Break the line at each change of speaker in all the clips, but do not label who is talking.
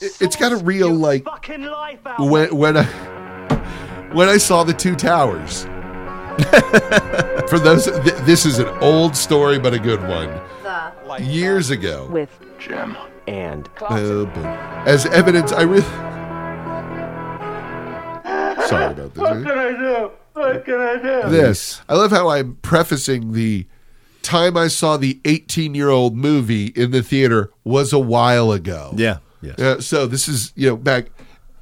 it- it's got a real
Your
like
fucking life out.
when when I when I saw the two towers. For those, th- this is an old story but a good one.
The
Years ago,
with
Jim.
and
Uh, but as evidence, I really. Sorry about this.
What can I do? What can I do?
This. I love how I'm prefacing the time I saw the 18 year old movie in the theater was a while ago.
Yeah. Yes.
Uh, so this is you know back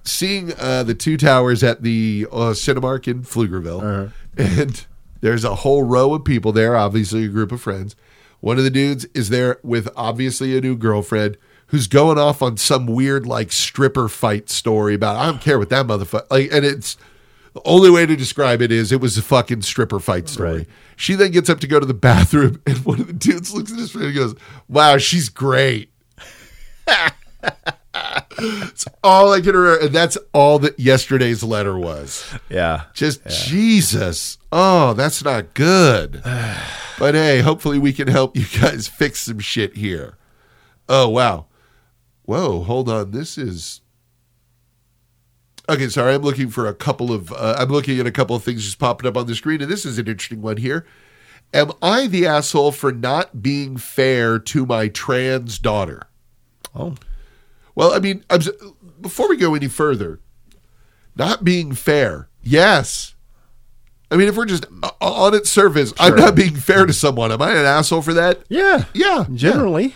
seeing uh, the two towers at the uh, Cinemark in Pflugerville,
Uh-huh.
and there's a whole row of people there. Obviously, a group of friends. One of the dudes is there with obviously a new girlfriend who's going off on some weird like stripper fight story about I don't care what that motherfucker like, and it's. The only way to describe it is it was a fucking stripper fight story.
Right.
She then gets up to go to the bathroom, and one of the dudes looks at his friend and goes, "Wow, she's great." all I can remember, and that's all that yesterday's letter was.
Yeah.
Just Jesus. Oh, that's not good. but hey, hopefully we can help you guys fix some shit here. Oh wow. Whoa, hold on. This is Okay, sorry. I'm looking for a couple of. Uh, I'm looking at a couple of things just popping up on the screen, and this is an interesting one here. Am I the asshole for not being fair to my trans daughter?
Oh.
Well, I mean, I'm, s- before we go any further, not being fair. Yes. I mean, if we're just o- on its surface, I'm not being fair to someone. Am I an asshole for that?
Yeah.
Yeah.
Generally.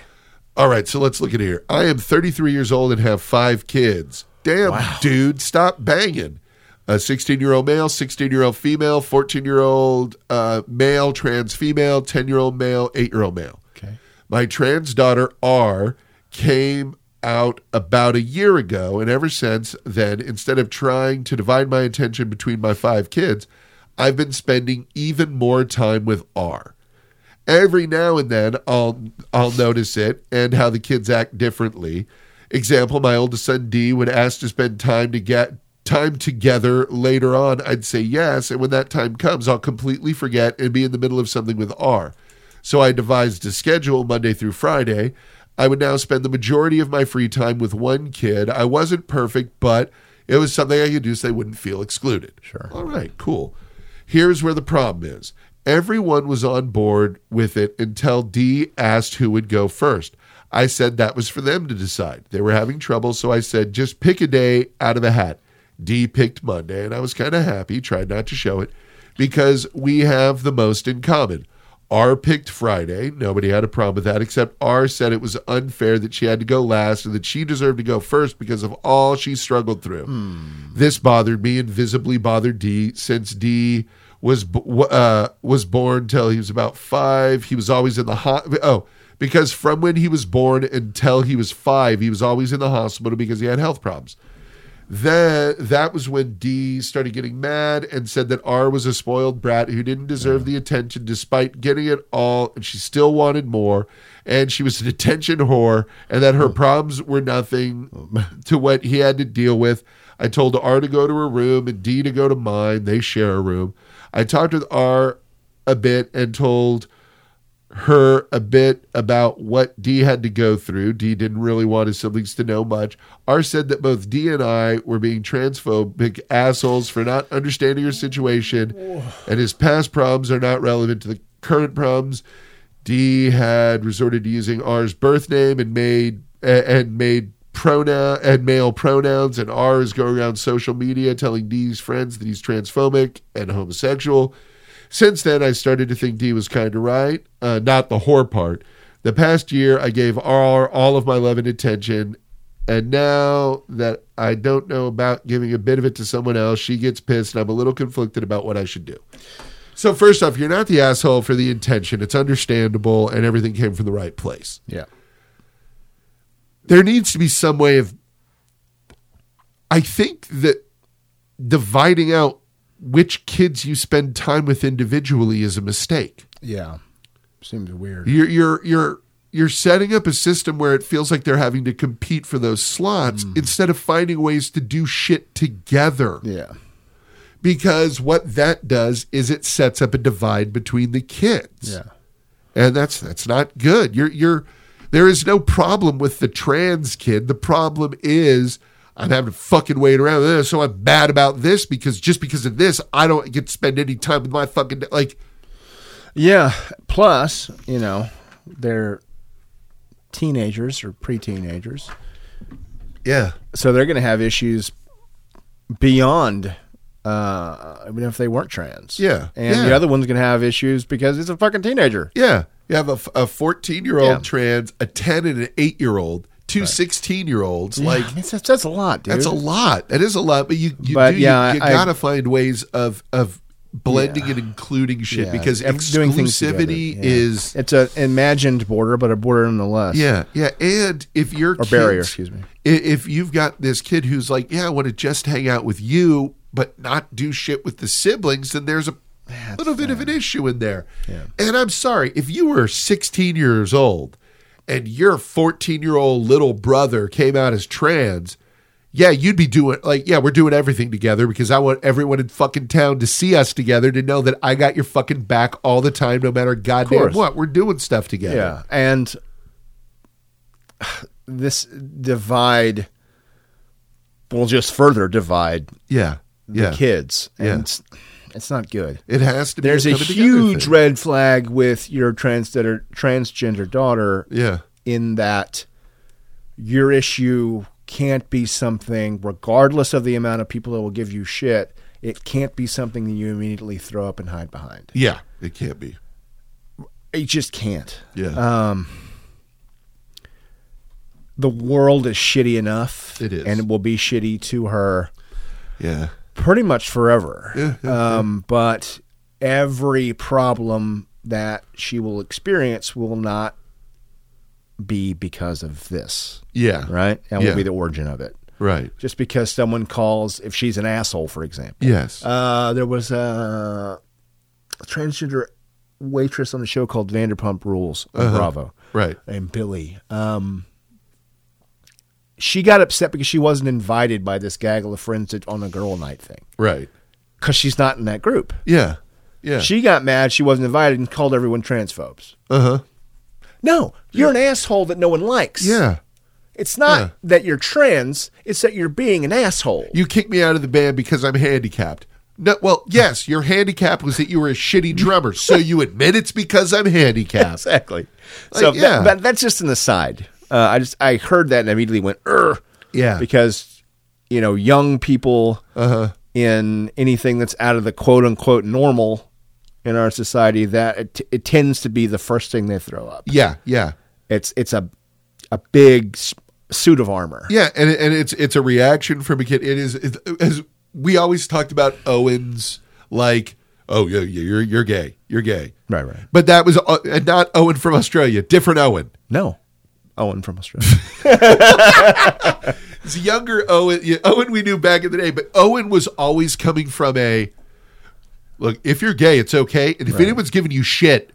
All right, so let's look at it here. I am 33 years old and have five kids. Damn, dude, stop banging. A 16 year old male, 16 year old female, 14 year old uh, male, trans female, 10 year old male, 8 year old male.
Okay.
My trans daughter R came out about a year ago, and ever since then, instead of trying to divide my attention between my five kids, I've been spending even more time with R. Every now and then, I'll I'll notice it and how the kids act differently. Example: My oldest son D would ask to spend time to get time together later on. I'd say yes, and when that time comes, I'll completely forget and be in the middle of something with R. So I devised a schedule Monday through Friday. I would now spend the majority of my free time with one kid. I wasn't perfect, but it was something I could do so they wouldn't feel excluded. Sure. All right, cool. Here's where the problem is everyone was on board with it until D asked who would go first. I said that was for them to decide. They were having trouble, so I said, just pick a day out of a hat. D picked Monday, and I was kind of happy, tried not to show it, because we have the most in common. R picked Friday. Nobody had a problem with that, except R said it was unfair that she had to go last and that she deserved to go first because of all she struggled through. This bothered me and visibly bothered D since D was b- w- uh, was born till he was about five. He was always in the hot. Oh, because from when he was born until he was five, he was always in the hospital because he had health problems. Then that was when D started getting mad and said that R was a spoiled brat who didn't deserve the attention despite getting it all, and she still wanted more. And she was an attention whore, and that her problems were nothing to what he had to deal with. I told R to go to her room and D to go to mine. They share a room. I talked with R a bit and told her a bit about what D had to go through. D didn't really want his siblings to know much. R said that both D and I were being transphobic assholes for not understanding her situation, and his past problems are not relevant to the current problems. D had resorted to using R's birth name and made a- and made pronoun and male pronouns, and R is going around social media telling D's friends that he's transphobic and homosexual. Since then, I started to think D was kind of right, uh, not the whore part. The past year, I gave R all of my love and attention, and now that I don't know about giving a bit of it to someone else, she gets pissed, and I'm a little conflicted about what I should do. So, first off, you're not the asshole for the intention. It's understandable, and everything came from the right place
Yeah.
there needs to be some way of I think that dividing out which kids you spend time with individually is a mistake.
Yeah. Seems weird.
You're you're you're you're setting up a system where it feels like they're having to compete for those slots instead of finding ways to do shit together.
Mm. Yeah.
Because what that does is it sets up a divide between the kids
Yeah.
and that's that's not good. You're you're There is no problem with the trans kid. The problem is I'm having to fucking wait around. Ugh, So I'm mad about this because just because of this, I don't get to spend any time with my fucking like.
Yeah. Plus, you know, they're teenagers or pre-teenagers,
Yeah,
so they're going to have issues beyond. Uh, even if they weren't trans,
Yeah,
and
yeah.
the other one's gonna have issues because it's a fucking teenager.
yeah. You have a f- a 14 year
Yeah.
old trans, a 10 and an 8 year old, two 16 year olds. Like
Yeah, I mean, that's, that's a lot, dude.
That's a lot. That is a lot. But you, you
But,
do.
yeah,
you you
I-
gotta find ways of of blending and including shit
Yeah,
because
ev- doing things together,
exclusivity
yeah.
is.
It's an imagined border, but a border nonetheless.
Yeah, yeah, and if your
Or barrier, excuse me.
if you've got this kid who's like, yeah, I want to just hang out with you, but not do shit with the siblings, then there's a little bit of an issue in there. And I'm sorry if you were 16 years old and your 14 year old little brother came out as trans. Yeah, you'd be doing like, yeah, we're doing everything together because I want everyone in fucking town to see us together to know that I got your fucking back all the time, no matter goddamn
course.
what. We're doing stuff together.
Yeah. And this divide will just further divide
Yeah.
the
Yeah.
kids. And
Yeah.
it's, it's not good.
It has to be.
There's a
coming together
huge
thing.
red flag with your transgender, transgender daughter
Yeah.
in that your issue can't be something, regardless of the amount of people that will give you shit, it can't be something that you immediately throw up and hide behind.
Yeah. It can't be.
It just can't.
Yeah.
um, the world is shitty enough.
It is.
and it will be shitty to her
yeah.
pretty much forever.
Yeah,
um, But every problem that she will experience will not be because of this,
Yeah. Right.
right? And
Yeah.
will be the origin of it. Just because someone calls, if she's an asshole, for example.
Yes.
Uh, there was a, a transgender waitress on the show called Vanderpump Rules on
Uh-huh.
Bravo
right.
and Billy. Um, she got upset because she wasn't invited by this gaggle of friends to, on a girl night thing
Right.
because she's not in that group.
Yeah. Yeah.
She got mad she wasn't invited and called everyone transphobes.
uh huh.
No, you're an asshole that no one likes.
Yeah.
It's not
Yeah.
that you're trans, it's that you're being an asshole.
You kicked me out of the band because I'm handicapped. No, well, yes, your handicap was that you were a shitty drummer, so you admit it's because I'm handicapped.
exactly. so
Like, yeah.
that, that- that's just an aside. Uh, I just I heard that and immediately went, "Ur,"
Yeah.
because you know young people
Uh-huh.
in anything that's out of the quote unquote normal in our society that it, it tends to be the first thing they throw up.
Yeah, yeah,
It's it's a a big s- suit of armor.
yeah, and and it's it's a reaction from a kid. It is it, as we always talked about Owens, like, oh yeah, yeah, you're you're gay, you're gay,
Right, right.
But that was uh, and not Owen from Australia, different Owen.
No, Owen from Australia.
It's younger Owen. yeah, Owen we knew back in the day, but Owen was always coming from a look. If you're gay, it's okay, and if anyone's giving you shit,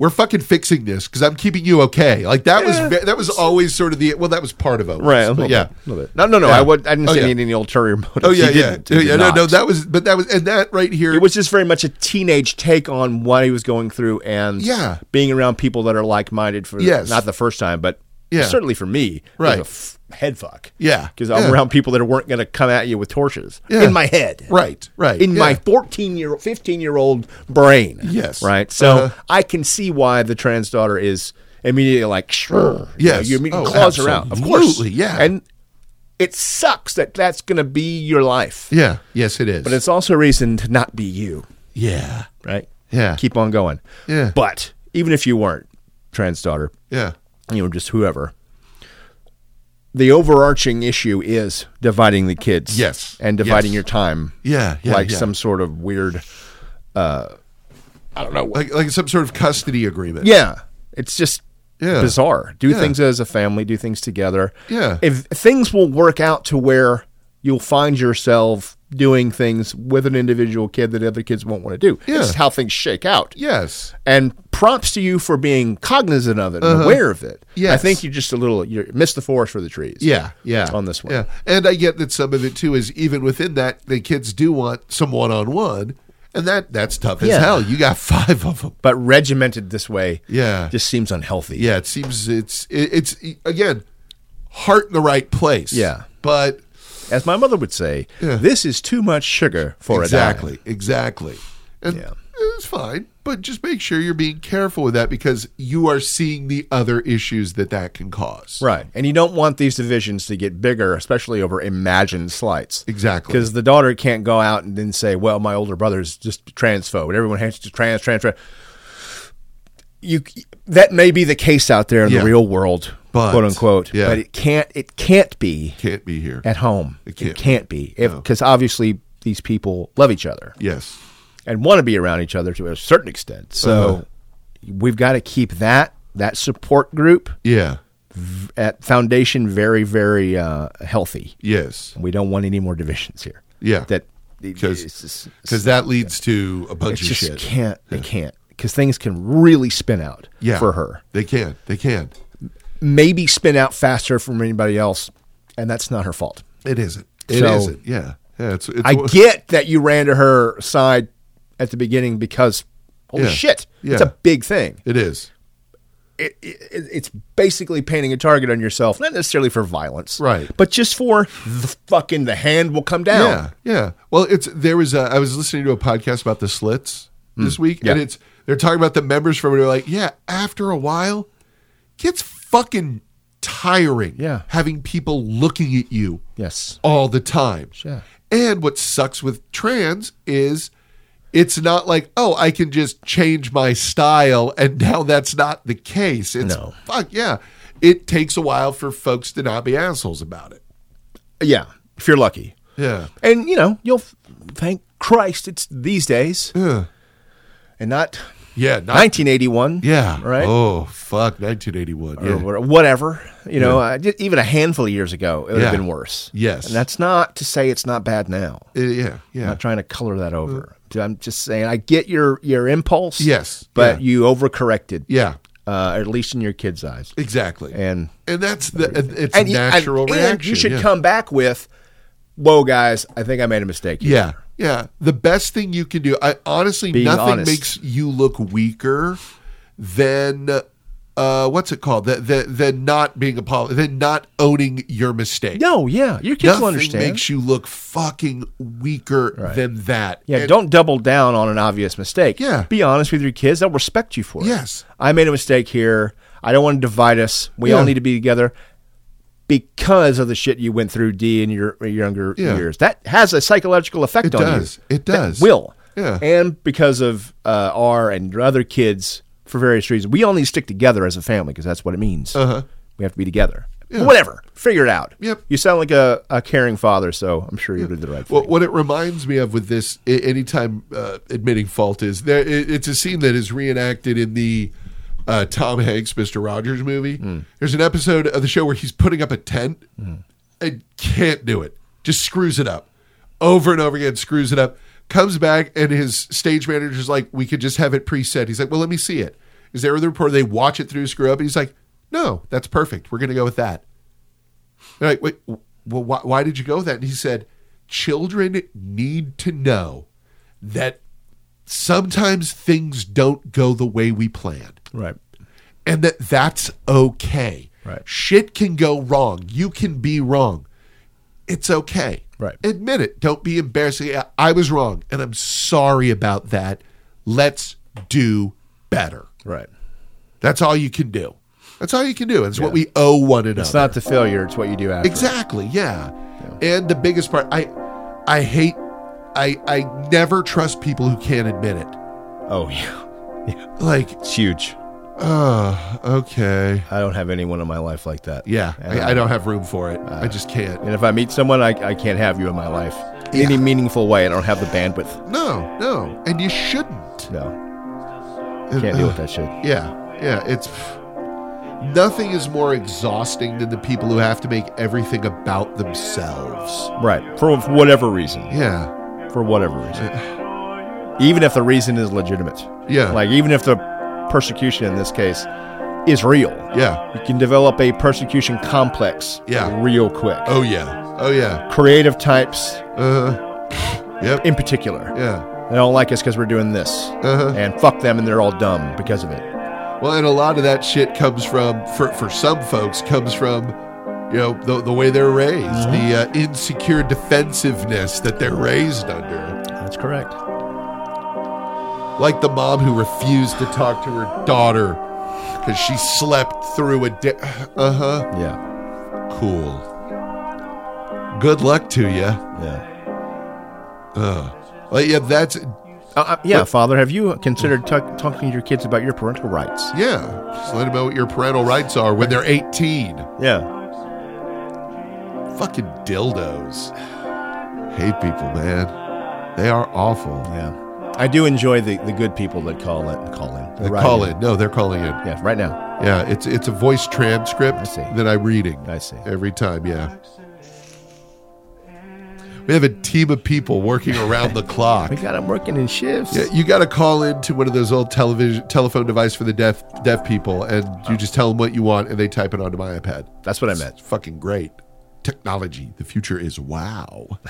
we're fucking fixing this because I'm keeping you okay. Like that was ve- that was always sort of the well, that was part of Owen,
right, a little
yeah.
bit, a little bit. No, no, no.
Yeah.
I would. I didn't
Oh,
say
yeah.
any, any ulterior motives.
Oh yeah,
He
yeah,
didn't. He
yeah.
did
No, no,
not.
that was, but that was, and that right here,
It was just very much a teenage take on what he was going through and
Yeah.
being around people that are like minded for
Yes.
not the first time, but
Yeah.
certainly for me, it was
Right.
a f- head fuck.
Yeah.
Because I'm
Yeah.
around people that weren't going to come at you with torches
Yeah.
in my head.
right, right
In my
yeah.
14 year 15 year old brain.
Yes.
Right. So
Uh-huh.
I can see why the trans daughter is immediately like, sure. You, know,
Yes.
you immediately
Oh,
claws her out. Of course.
absolutely, yeah.
And it sucks that that's going to be your life.
yeah, yes, it is,
But it's also a reason to not be you
yeah,
right?
Yeah.
Keep on going.
Yeah.
But even if you weren't trans daughter,
yeah,
you know, just whoever, the overarching issue is dividing the kids.
Yes.
And dividing
Yes.
your time.
yeah, yeah,
like
yeah.
some sort of weird, uh, I don't know. what-
like like some sort of custody agreement,
yeah. It's just
Yeah.
bizarre. Do
Yeah.
things as a family, do things together.
Yeah.
If things will work out to where you'll find yourself doing things with an individual kid that other kids won't want to do.
Yeah.
It's how things shake out
yes,
and props to you for being cognizant of it and aware of it.
Uh-huh. Yes.
I think you just a little you missed the forest for the trees.
Yeah, yeah.
on this one.
Yeah. And I get that some of it too is even within that the kids do want some one on one and that that's tough as
Yeah.
hell. You got five of them.
But regimented this way
Yeah,
just seems unhealthy.
yeah. It seems it's it, it's again heart in the right place.
Yeah.
but
As my mother would say,
Yeah.
this is too much sugar for a
exactly, exactly. And
Yeah.
it's fine, but just make sure you're being careful with that because you are seeing the other issues that that can cause.
dime. Right. And you don't want these divisions to get bigger, especially over imagined slights.
Exactly.
Because the daughter can't go out and then say, well, my older brother's just a transphobe. Everyone has to trans, trans, trans. You, that may be the case out there in
Yeah.
the real world,
But-
quote unquote.
yeah.
But it can't, it can't be
Can't be here.
at home. It
can't
can't, be. Because obviously these people love each other.
yes.
and want to be around each other to a certain extent. So
Uh-huh.
we've got to keep that that support group
Yeah.
at foundation very very uh, healthy.
Yes.
We don't want any more divisions here.
Yeah.
That
'Cause-
it's just-
Because that leads to a
it
bunch of
just
shit.
can't it can't because things can really spin out
yeah.
for her.
They can. They can.
Maybe spin out faster from anybody else, and that's not her fault.
It isn't. It
So-
not Yeah. Yeah. It's, it's
I get that you ran to her side at the beginning because holy
Yeah.
shit, it's
Yeah.
a big thing.
It is.
it, it, it's basically painting a target on yourself, not necessarily for violence,
Right.
But just for the fucking the hand will come down.
Yeah. Yeah. Well, it's there was a, I was listening to a podcast about the slits this week, and
Hmm. Yeah.
it's they're talking about the members from it. They're like, yeah, after a while, gets fucking tiring.
Yeah.
Having people looking at you
Yes.
all the time.
Sure.
And what sucks with trans is it's not like, oh, I can just change my style and now that's not the case. It's
No.
fuck yeah. It takes a while for folks to not be assholes about it.
Yeah. If you're lucky,
Yeah.
and you know you'll f- thank Christ it's these days
Yeah.
and not
Yeah. Not,
1981.
yeah.
Right.
Oh fuck. Nineteen eighty one.
Or
Yeah.
wha- whatever, you know, uh, ju- even a handful of years ago, it would
Yeah.
have been worse.
Yes.
And that's not to say it's not bad now.
Uh, yeah.
I'm
Yeah. Mm-hmm.
not trying to color that over. I'm just saying I get your, your impulse.
Yes.
But
Yeah.
you overcorrected.
Yeah.
Uh, at least in your kids' eyes.
Exactly. And,
And
that's the and it's
and
a
you- and-
natural
and
reaction.
you should
yeah.
come back with, "Whoa, guys, I think I made a mistake." here."
Yeah. Yeah. The best thing you can do, I honestly,
Being
nothing
honest.
makes you look weaker than uh, what's it called? Than, than, than not being apolog than not owning your mistake.
No, yeah, your kids
nothing
will understand.
makes you look fucking weaker than that.
yeah,
And-
don't double down on an obvious mistake.
Yeah.
be honest with your kids; they'll respect you for it.
Yes.
I made a mistake here. I don't want to divide us. We
Yeah.
all need to be together because of the shit you went through, D, in your your younger
Yeah.
years. That has a psychological effect
It
on
does.
you.
It
That
does.
will.
Yeah.
and because of uh, R and your other kids for various reasons, we all need to stick together as a family because that's what it means.
Uh-huh.
We have to be together. Whatever, figure it out.
Yep.
You sound like a, a caring father, so I'm sure you did the right thing.
Well, what it reminds me of with this, a- anytime uh, admitting fault is there, it, it's a scene that is reenacted in the uh, Tom Hanks Mister Rogers movie. There's an episode of the show where he's putting up a tent and can't do it, just screws it up over and over again, screws it up. Comes back and his stage manager's like, "We could just have it preset." He's like, "Well, let me see it." Is there the reporter? They watch it through, screw up, and he's like, "No, that's perfect. We're going to go with that." They're like, wait, w- well, why, why did you go with that? And he said, children need to know that sometimes things don't go the way we planned
right.
and that that's okay.
Right.
Shit can go wrong. You can be wrong. It's okay.
Right.
Admit it. Don't be embarrassing. Yeah, I was wrong and I'm sorry about that. Let's do better.
Right.
That's all you can do. That's all you can do. It's what we owe one another.
It's not the failure; it's what you do after.
Exactly. Yeah. And the biggest part, I, I hate, I, I never trust people who can't admit it.
Oh yeah,
Like,
it's huge.
uh, okay.
I don't have anyone in my life like that.
Yeah.
And,
I, I don't have room for it. I just
Uh.
can't.
And if I meet someone, I, I can't have you in my life in any meaningful way. I don't have the bandwidth.
No, no. And you shouldn't.
No,
And,
can't deal with
uh,
that shit.
Yeah. Yeah. It's nothing is more exhausting than the people who have to make everything about themselves.
Right. For whatever reason.
Yeah.
For whatever reason. Even if the reason is legitimate.
Yeah.
Like even if the persecution in this case is real.
Yeah.
You can develop a persecution complex
Yeah.
real quick.
Oh yeah. Oh yeah.
Creative types
Uh. Yep.
in particular.
Yeah.
They don't like us because we're doing this.
Uh-huh.
And fuck them and they're all dumb because of it.
Well, and a lot of that shit comes from, for, for some folks, comes from, you know, the, the way they're raised, the uh, insecure defensiveness that they're raised under.
That's correct.
Like the mom who refused to talk to her daughter because she slept through a day. Uh huh.
Yeah.
Cool. Good luck to you.
Yeah.
Like, yeah, that's,
Uh, uh, yeah, Father, have you considered tuck talking to your kids about your parental rights?
yeah. Just let them know what your parental rights are when they're 18.
Yeah.
Fucking dildos. Hate people, man. They are awful.
Yeah. I do enjoy the, the good people that call it call in.
They
Right
call in. No, they're calling in.
Yeah, right now.
Yeah, it's it's a voice transcript
I see.
that I'm reading
I see.
every time. Yeah, we have a team of people working around the clock.
We got them working in shifts.
Yeah, you got to call into one of those old television telephone device for the deaf deaf people, and you just tell them what you want, and they type it onto my iPad.
That's what I meant.
It's fucking great technology. The future is wow.